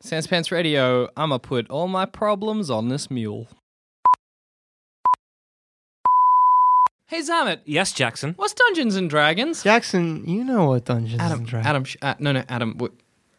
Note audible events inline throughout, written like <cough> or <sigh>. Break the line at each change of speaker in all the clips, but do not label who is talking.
Sans Pants Radio, I'ma put all my problems on this mule. Hey Zamet,
Yes, Jackson.
what's Dungeons and Dragons?
Jackson, you know what Dungeons
Adam,
and Dragons?
Adam, sh- uh, no, no, Adam, we're,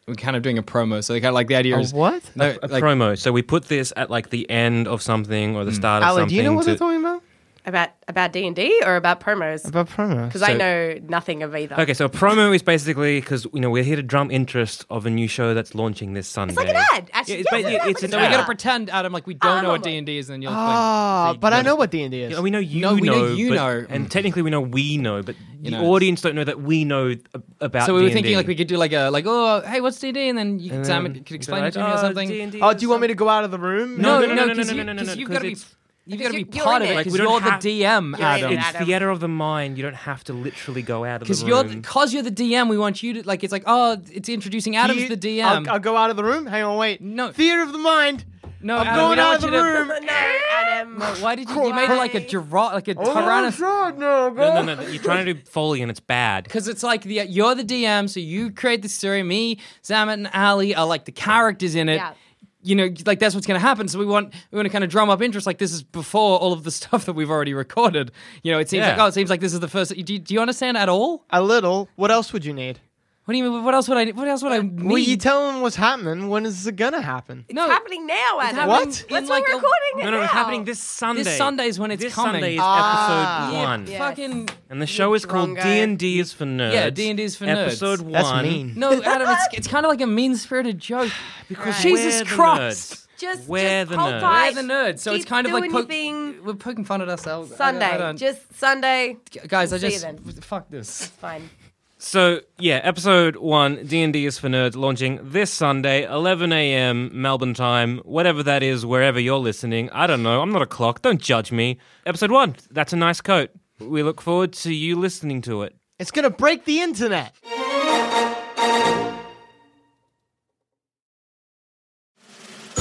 we're kind of doing a promo, so they kind of like the idea
A
is
what?
No,
A
like,
promo. So we put this at like the end of something or the start of
Ali,
something.
do you know what
to-
they're talking about?
About about D and D or about promos?
About promos.
Because I know nothing of either.
Okay, so a promo is basically because you know we're here to drum interest of a new show that's launching this Sunday.
It's like an ad. Actually,
Yeah, it's ba-
Yes,
yeah,
like
it's
an
an
so we
ad.
gotta
ad.
pretend, Adam, like we don't
I'm
know what
aware.
D and D is, and then you'll.
Ah,
like,
but I know what D and D is.
Yeah, we know you
No, we know
know.
you
but-
know.
and technically we know we know, but the
know.
audience don't know that we know ab- about.
so we were
D&D.
thinking like we could do like a like oh hey what's D and D, and then you could,
Examine-
Zamet could explain it to
like,
me or
"Oh,
something.
D&D
Oh,
is
do you want me
something-
to go out of the room?
No,
no,
no, no, no,
'cause
no,
you-
no, no,
'cause
no,
You've
'cause
got to be,
it's-
you've got to be
you're- you're
part
in
of
it.
it
Like,
because
we don't
you're
have-
the DM,
You're in it,
Adam.
It's
Adam.
theater of the mind. You don't have to literally go out
<laughs>
of the
Because you're
room.
because you're the DM, we want you to like. It's like oh, it's introducing Adam's
You-
the DM.
I'll, I'll go out of the room. Hang on, wait.
No.
Theater of the mind.
no,
I'm
Adam, we
going
don't
out of the
want you to-
room.
Oh, No, Adam.
Why did you? You made it like a giraffe, like a
Oh,
tyrannosaurus.
God, no,
no,
<laughs>
God.
no, no. You're trying to do foley and it's bad.
Because it's like the you're the DM, so you create the story. Me, Zamet, and Ali are like the characters in it.
Yeah.
You know, like that's what's going to happen. So we want we want to kind of drum up interest. Like this is before all of the <laughs> stuff that we've already recorded. You know, it seems like
Yeah.
oh, it seems like this is the first. Do you, do you understand at all?
A little. What else would you need?
What do you mean? What else would I? What else would I need?
Well, you tell them what's happening. When is it gonna happen?
It's happening now, Adam.
happening
What? in
like
That's why
a-
we're recording it
No, no,
now.
it's happening this Sunday.
Sunday's when it's
This
coming.
Sunday is
Ah.
episode
Yeah.
one,
Yeah.
Fucking
and the show is called
Drongo.
D and D is for nerds.
Yeah, D&D is for
Episode
nerds.
one.
That's mean.
no, Adam. It's, it's kind of like a mean-spirited joke.
Because
Right.
Jesus
we're the
Christ.
nerds.
Just,
We're
just
the
hold
nerds.
tight.
We're the nerds, so it's
Keep
kind of like
doing
poke-
your thing.
We're poking fun at ourselves. I don't-
Sunday.
I don't-
Just Sunday.
guys, I
See you
just
then.
fuck this.
Fine.
So yeah, episode one, D and D is for nerds, launching this Sunday, 11 a.m. Melbourne time, whatever that is, wherever you're listening. I don't know. I'm not a clock. Don't judge me. Episode one. That's a nice coat. We look forward to you listening to it.
It's gonna break the internet.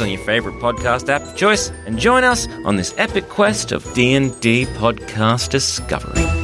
on your favorite podcast app of choice and join us on this epic quest of D&D podcast discovery.